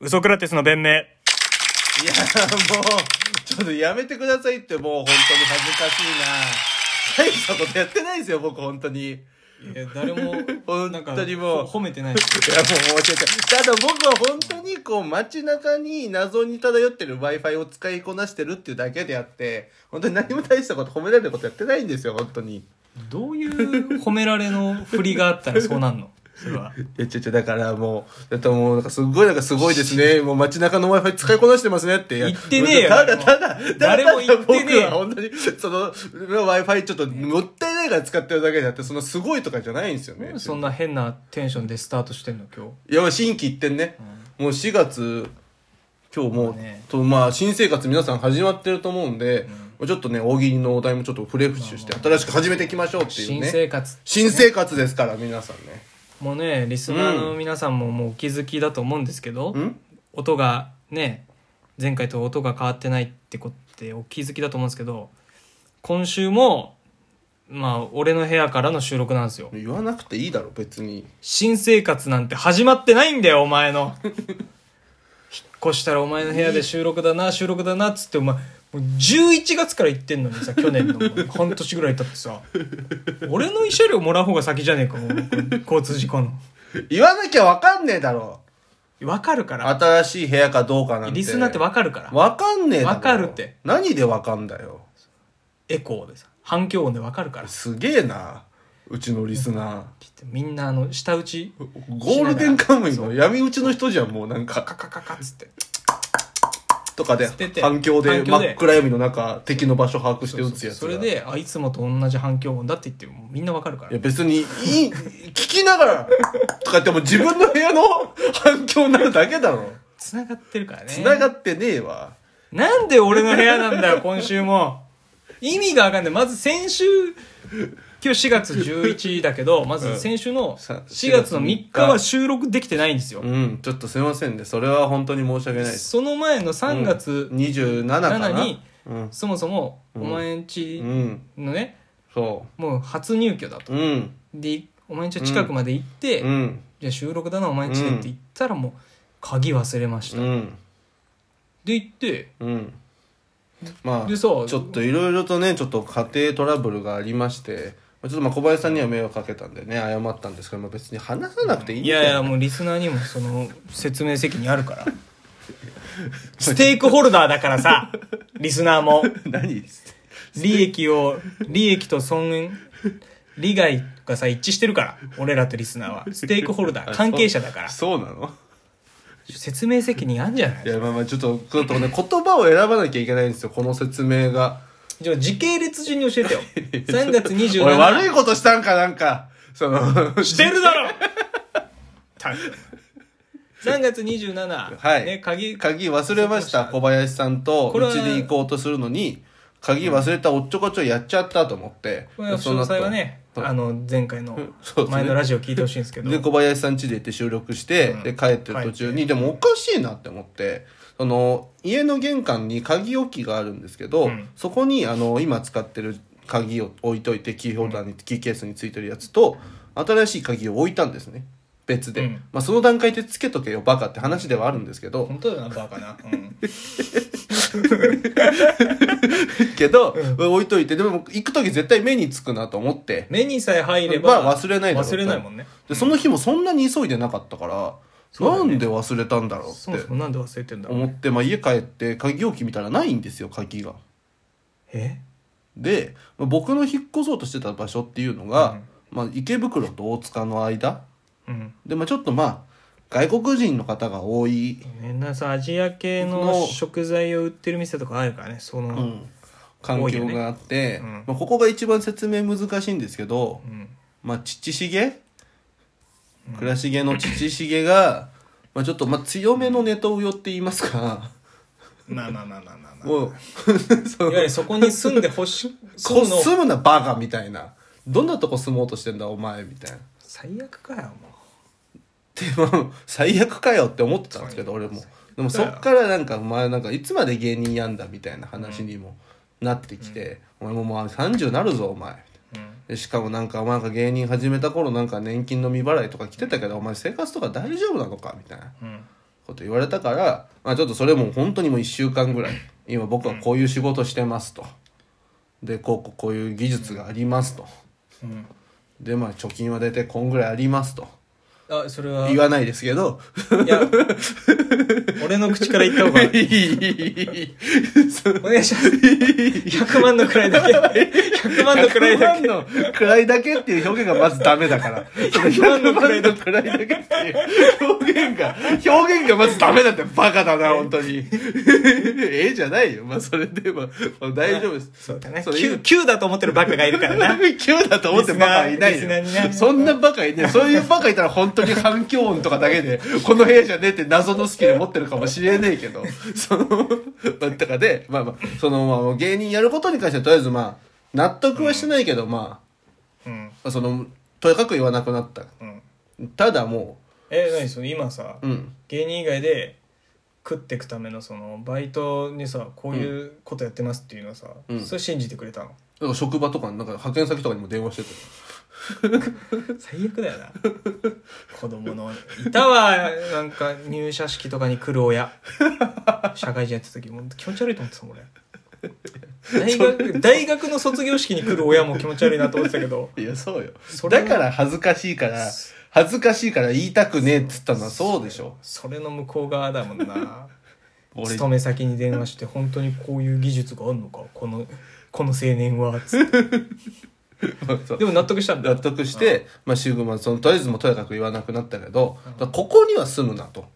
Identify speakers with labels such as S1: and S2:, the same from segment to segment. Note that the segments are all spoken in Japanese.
S1: ウソクラテスの弁明。
S2: いや、もう、ちょっとやめてくださいって、もう本当に恥ずかしいな。大したことやってないですよ、僕、本当に。いや、
S3: いや誰もなんか
S2: 本当にもう
S3: ほ褒めてない
S2: もう申し訳ない。ただ僕は本当に、こう、街中に謎に漂ってる Wi-Fi を使いこなしてるっていうだけであって、本当に何も大したこと褒められることやってないんですよ、本当に。
S3: どういう褒められの振りがあ ったらそうなんのそれはい
S2: や、ちょ、ちょ、だからもう、だってもう、なんかすごい、なんかすごいですね。もう街中の Wi-Fi 使いこなしてますねって。いや
S3: 言ってねえよ
S2: ただ、ただ、ただ、
S3: 誰も言ってねえ
S2: ただ
S3: よ
S2: 僕は本当に、その、Wi-Fi ちょっと、もったいないから使ってるだけであって、そのすごいとかじゃないんですよね。
S3: そんな変なテンションでスタートしてんの今日
S2: いや、新規一点ね。もう4月、今日もう、
S3: そうだね
S2: と、まあ、新生活皆さん始まってると思うんで、ちょっとね、大喜利のお題もちょっとフレッシュして、新しく始めていきましょうっていう
S3: 新
S2: ね。
S3: 生活
S2: 新生活ですから、皆さんね。
S3: もうねリスナーの皆さんももうお気づきだと思うんですけど、
S2: ん
S3: 音がね前回と音が変わってないってことってお気づきだと思うんですけど今週もまあ俺の部屋からの収録なんですよ
S2: 言わなくていいだろ、別に。
S3: 新生活なんて始まってないんだよお前の引っ越したらお前の部屋で収録だな収録だなっつってお前もう11月から行ってんのにさ去年のも う半年ぐらい経ってさ俺の慰謝料もらう方が先じゃねえかもう交通事故の
S2: 言わなきゃわかんねえだろ。
S3: わかるから
S2: 新しい部屋かどうかなんて。
S3: リスナーってわかるから
S2: わかんねえだろ。
S3: わかるって。
S2: 何でわかんだよ。
S3: エコーでさ反響音でわかるから
S2: すげえな。うちのリスナ
S3: みんなあの舌打ち
S2: ー。ゴールデンカムイの闇打ちの人じゃん、もうなん
S3: カ
S2: か。
S3: カカカっつって
S2: とかで
S3: 捨て、て
S2: 反響で
S3: 反響で
S2: 真っ暗闇の中、敵の場所把握して撃つやつ
S3: そ
S2: が
S3: れ。であいつもと同じ反響音だって言ってもみんなわかるか
S2: い
S3: ら
S2: や別に、いい、聞きながら、とか言っても自分の部屋の 反響になるだけだろ。
S3: 繋がってるからね
S2: 繋がってねえわ。
S3: なんで俺の部屋なんだよ、今週も。意味がわかんない。まず先週、今日4月11だけど、まず先週の
S2: さ
S3: 4月の3日は収録できてないんですよ
S2: う。ん、ちょっとすいませんね。それは本当に申し訳ないです。
S3: その前の3月
S2: 27かな。
S3: 7に、
S2: うん。
S3: そもそもお前ん
S2: う
S3: ち
S2: ん。
S3: のね、
S2: そ
S3: もう初入居だと
S2: う。。うん。
S3: で、お前んちの近くまで行って、
S2: うん。
S3: じゃあ収録だな、お前んちでって言ったらもう、鍵忘れまし
S2: う
S3: た。
S2: ん。
S3: で、行って、
S2: うん。まあ、
S3: で
S2: ち
S3: さ、
S2: ょっといろいろとね、ちょっと家庭トラブルがありまして、まあちょっとまあ小林さんには迷惑かけたんでね、謝ったんですけど、まあ、別に話さなくていいん
S3: い
S2: だよ
S3: やいや、もうリスナーにもその説明責任あるから。ステークホルダーだからさ、リスナーも。
S2: 何
S3: 利益を、利益と損益、利害がさ、一致してるから。俺らとリスナーは。ステークホルダー、関係者だから。
S2: そうなの
S3: 説明責任あんじゃない
S2: いや、まあまあちょっと、ちょっとね、言葉を選ばなきゃいけないんですよ、この説明が。
S3: じゃあ時系列順に教えてよ。3月27
S2: 俺悪いことしたんか、なんか。そ の、
S3: してるだろ3月27、
S2: はい
S3: ね、鍵、
S2: 鍵忘れました、小林さんと、
S3: これは
S2: うちで行こうとするのに、鍵忘れたおっちょこちょいやっちゃったと思って。
S3: これは
S2: で
S3: 詳
S2: の後
S3: 細はね、
S2: そう
S3: あの、前回の
S2: そうですね
S3: 前のラジオ聞いてほしいんですけど。
S2: で、小林さん家で行って収録して、
S3: うん
S2: で、帰ってる途中に、でもおかしいなって思って、その、家の玄関に鍵置きがあるんですけど、
S3: うん
S2: そこに、あの、今使ってる鍵を置いといて、キーホルダーに、キーケースについてるやつと、新しい鍵を置いたんですね。別で。
S3: うん
S2: まあ、その段階でつけとけよ、バカって話ではあるんですけど、
S3: 本当だよな、バカな。うん。
S2: けど、置いといて、でも行く時絶対目につくなと思って、
S3: 目にさえ入れば、
S2: まあ忘れないだろう
S3: 忘れないもんね。
S2: で、その日もそんなに急いでなかったから、
S3: そうだ
S2: な
S3: よね
S2: んで忘れたんだろうって。
S3: そもそもなんで忘れてんだろう
S2: 思って、まあ、家帰って鍵置き見たらないんですよ鍵が。
S3: え
S2: で、まあ僕の引っ越そうとしてた場所っていうのが、まあ、池袋と大塚の間
S3: うん。
S2: で、まあ、ちょっとまあ外国人の方が多い、
S3: みんなさ、アジア系の
S2: の
S3: 食材を売ってる店とかあるからね、その、う。
S2: うんん、環境があって、
S3: 多いよねうん
S2: まあ、ここが一番説明難しいんですけど、まあ、父重倉重の父重が、まあ、ちょっとまあ強めのネトウヨって言いますか、
S3: まあまあまあまあまあまあ。
S2: もう
S3: いわゆるそ こに住んでほし、住
S2: こ
S3: むの
S2: 住むなバカみたいなどんなとこ住もうとしてんだお前みたいな。
S3: 最悪かよ、も
S2: でも最悪かよって思ってたんですけど俺もでもそっからなんかお前なんかいつまで芸人やんだみたいな話にもなってきて、俺ももう30なるぞお前
S3: う。うん。
S2: でしかもなんかお前が芸人始めた頃なんか年金の未払いとか来てたけどお前生活とか大丈夫なのかみたいな
S3: うん。
S2: こと言われたから、まあ、ちょっとそれも本当にもう1週間ぐらい今僕はこういう仕事してますとでこうこうこういう技術がありますと
S3: うん
S2: でまあ貯金は大体こんぐらいありますと
S3: あそれは
S2: 言わないですけど
S3: いや俺の口から言った 方 がいいお願いします100万のくらいだけ100万のくらいだけ
S2: 100万の位だけっていう表現がまずダメだから。100
S3: 100万の位だ
S2: 位だけっていう表現が、表現がまずダメだってバカだ な、本当に。ええじゃないよ。まあ、それでは、まあ大丈夫です。
S3: そうだね
S2: それ
S3: 9 9だと思ってるバカがいるからな
S2: 急だと思ってバカいない
S3: リスナーリスナーに
S2: よ。
S3: ね
S2: そんなバカいねえ。そういうバカいたら本当に反響音とかだけで、この部屋じゃねえって謎のスキル持ってるかもしれねえけど、その、まあ、とかで、まあまあ、その、まあ、芸人やることに関してはとりあえずまあ、納得はしてないけど、ま
S3: うん
S2: あ、その、とにかく言わなくなった。
S3: うん
S2: ただも
S3: え何その今さ
S2: う、うん。
S3: 芸人以外で食っていくためのそのバイトにさこういうことやってますっていうのはさ、
S2: うん
S3: それ信じてくれたの
S2: だから職場とか、なんか派遣先とかにも電話して
S3: 最悪だよな子供のいたわなんか入社式とかに来る親 社会人やってた時もう気持ち悪いと思ってたもん 俺大学大学の卒業式に来る親も気持ち悪いなと思ってたけど
S2: た。いや、そうよ。
S3: それ
S2: だ
S3: は
S2: から恥ずかしいから、恥ずかしいから言いたくねえっつったのはそうでしょ。
S3: それの向こう側だもんな
S2: 俺
S3: 勤め先に電話して本当にこういう技術があるのかこのこの青年はつって
S2: そう
S3: でも納得したんだ
S2: 納得して、まあ、シグマそのとりあえずもうとにかく言わなくなったけど、だからここには住むなと。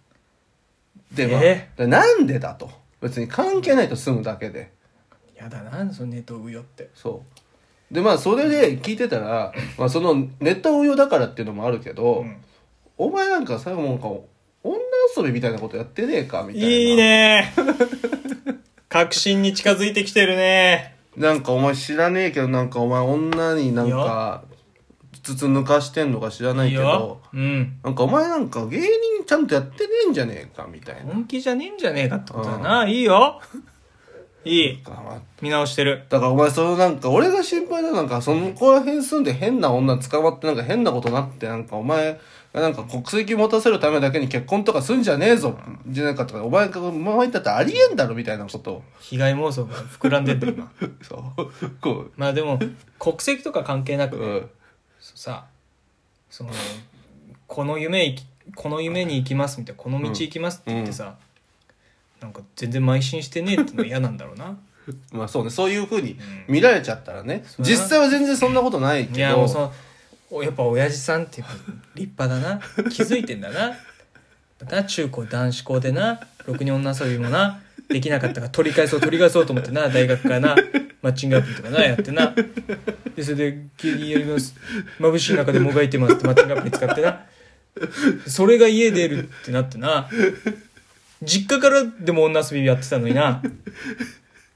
S2: で、まあ
S3: え
S2: でなんでだと別に関係ないと住むだけで
S3: やだなそのネットウヨって
S2: そうでまあそれで聞いてたら、まあ、そのネット運用だからっていうのもあるけど、
S3: うん
S2: お前なんか最後もなんか女遊びみたいなことやってねえかみたいない
S3: いね確信に近づいてきてるね
S2: なんかお前知らねえけどなんかお前女になんか筒抜かしてんのか知らないい
S3: い
S2: けど
S3: よ、うん、
S2: なんかお前なんか芸人ちゃんとやってねえんじゃねえかみたいな。
S3: 本気じゃねえんじゃねえかってことだな、いいよいい見直してる
S2: だからお前そのなんか俺が心配だなんかそのこら辺住んで変な女捕まってなんか変なことなってなんかお前がなんか国籍持たせるためだけに結婚とかすんじゃねえぞじゃなんかとかお前がお前言ったってありえんだろみたいなことを
S3: 被害妄想が膨らんでって今
S2: そうこ
S3: まあでも国籍とか関係な
S2: う、
S3: く、
S2: うん、
S3: さそのこの夢行きこの夢に行きますみたいなこの道行きますって言ってさ、なんか全然邁進してねえってのは嫌なんだろうな
S2: まあそうねそういうふうに見られちゃったらね、
S3: うん
S2: 実際は全然そんなことないけど
S3: いやもうそのおやっぱ親父さんってやっぱ立派だな 気づいてんだなだから中高男子校でなろくに女遊びもなできなかったから取り返そう取り返そうと思ってな大学からなマッチングアプリとかなやってなでそれで「芸人やります眩しい中でもがいてます」ってマッチングアプリ使ってなそれが家出るってなってな実家からでも女遊びやってたのにな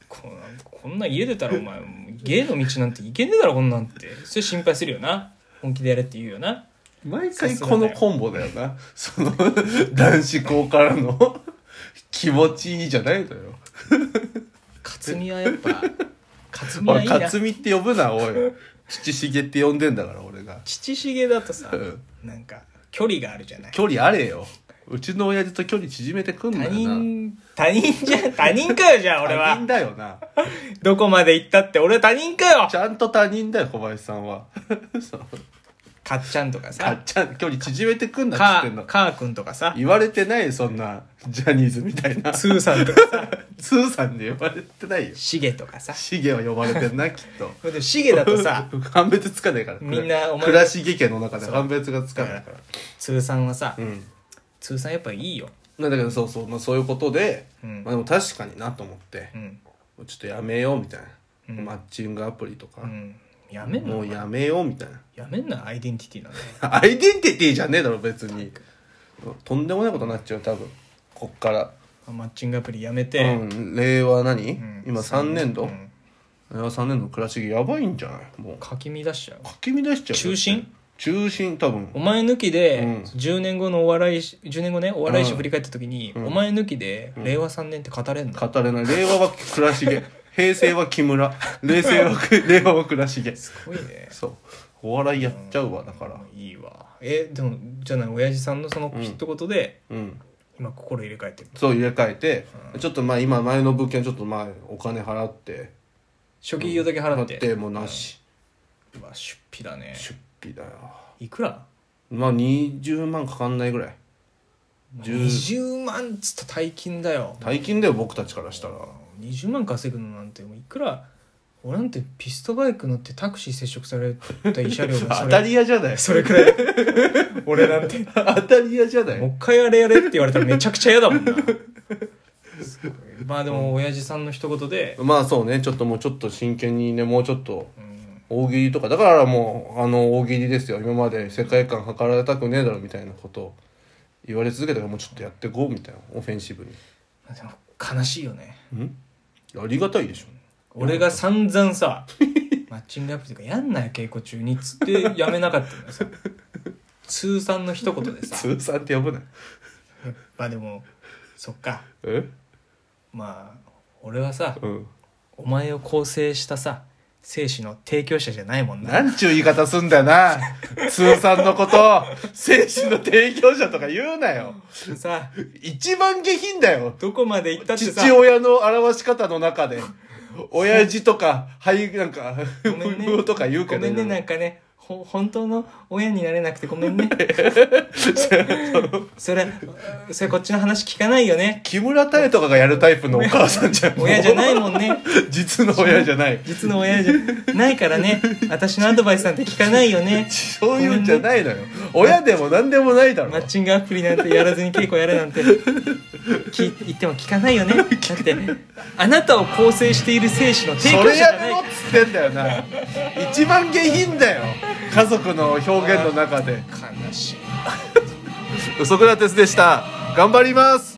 S3: こんこんな家出たらお前芸の道なんていけねえだろこんなんってそれ心配するよな本気でやれって言うよな
S2: 毎回このコンボだよな。 その、男子校からの 気持ちいいじゃないのよ。
S3: 克実はやっぱ克実
S2: お、
S3: はいい いな
S2: かつみって呼ぶな、おい。父しげって呼んでんだから、俺が。
S3: 父重だとさ
S2: うん
S3: なんか距離があるじゃない
S2: 距離あれよ。うちの親父と距離縮めてくんだ
S3: 他
S2: よな。
S3: 人他人じゃ他人かよじゃあ俺
S2: 他人
S3: は
S2: だよな。
S3: どこまで行ったって俺は他人かよ
S2: ちゃんと他人だよ、小林さんは。 そう
S3: かっちゃんとか
S2: か
S3: さ
S2: っちゃん、距離縮めてくんなっつ
S3: か
S2: ってんの。
S3: かーくんとかさ
S2: 言われてないよ、そんな、ジャニーズみたいな。
S3: つーさんとかさ
S2: つーさんで呼ばれてないよ。
S3: しげとかさ
S2: しげは呼ばれてんな、きっと。
S3: でしげだとさ
S2: 判別つかないから
S3: みんなお前
S2: 倉重家の中で判別がつかないから
S3: つーさんはさ
S2: うん
S3: つーさんやっぱいいよ
S2: なんだけどそうそう、まあ、そういうことで、
S3: うん
S2: まあ、でも確かになと思って
S3: う、ん
S2: ちょっとやめようみたいな、
S3: うん
S2: マッチングアプリとか
S3: う、んやめんな
S2: もうやめようみたいな
S3: やめんなアイデンティティなんだよ
S2: アイデンティティじゃねえだろ別にとんでもないことになっちゃう多分こっから、
S3: マッチングアプリやめて、
S2: うん、令和何、
S3: うん
S2: 今3年度、
S3: うん
S2: 令和3年度の倉重やばいんじゃないもうか
S3: かき乱しちゃう
S2: き乱しちゃうよ
S3: 中心
S2: 中心多分
S3: お前抜きで、
S2: うん
S3: 10年後のお笑いし10年後ねお笑い史振り返った時に、
S2: うん
S3: お前抜きで令和3年って語れんの、
S2: 語れない令和は倉重平成は木村令成は 令和は倉重
S3: すごいね
S2: そうお笑いやっちゃうわだから
S3: いいわえでもじゃない親父さんのその一言で、
S2: うん
S3: 今心入れ替えてる
S2: そう入れ替えて、ちょっとまあ今前の物件ちょっとまあお金払って
S3: 初期費用だけ払って
S2: もうなし、
S3: うわ出費だね
S2: 出費だよ
S3: いくら
S2: まあ20万かかんないぐらい十
S3: 20万っつった大金だよ
S2: 大金だよ僕たちからしたら
S3: 20万稼ぐのなんてもういくら俺なんてピストバイク乗ってタクシー接触された慰謝料が そ
S2: 当た
S3: れ
S2: り屋じゃない
S3: それくらい俺なんて
S2: 当たり屋じゃない
S3: もう一回あれやれって言われたらめちゃくちゃ嫌だもんなすごいまあでも親父さんの一言で、
S2: まあそうねちょっともうちょっと真剣にねもうちょっと
S3: うん
S2: 大喜利とかだからもうあの大喜利ですよ今まで世界観測られたくねえだろみたいなことを言われ続けたからもうちょっとやってこうみたいなオフェンシブ
S3: まあでも悲しいよね
S2: にんありがたいでしょ
S3: 俺が散々さマッチングアプリとかやんなよ稽古中にっつってやめなかったのよさ通算の一言でさ
S2: 通算って呼ぶな
S3: まあでもそっか
S2: え
S3: まあ俺はさ
S2: うん
S3: お前を構成したさ精子の提供者じゃないもん
S2: な
S3: な
S2: んちゅう言い方すんだよな通算のこと精神の提供者とか言うなよ
S3: さ
S2: 一番下品だよ
S3: どこまで行ったってさ
S2: 父親の表し方の中 で親父とか俳優なんか
S3: ごめんね
S2: 無夫とか言うけ
S3: ご
S2: ど
S3: めんねなんかねほ本当の親になれなくてごめ んねそれそれこっちの話聞かないよね
S2: 木村多江とかがやるタイプのお母さんじゃん
S3: 親じゃないもんね
S2: 実の親じゃない
S3: 実の親じゃないからね私のアドバイスなんて聞かないよね
S2: そういうんじゃないのよ親でも何でもないだろ
S3: マッチングアプリなんてやらずに稽古やれなんてき言っても聞かないよねだってあなたを構成している精子の提
S2: そ
S3: 供者
S2: れ
S3: じゃ
S2: や
S3: な
S2: め
S3: い
S2: ろっつってんだよな一番下品だよ家族の表現の中で
S3: 悲しい
S2: ウソクラテスでした頑張ります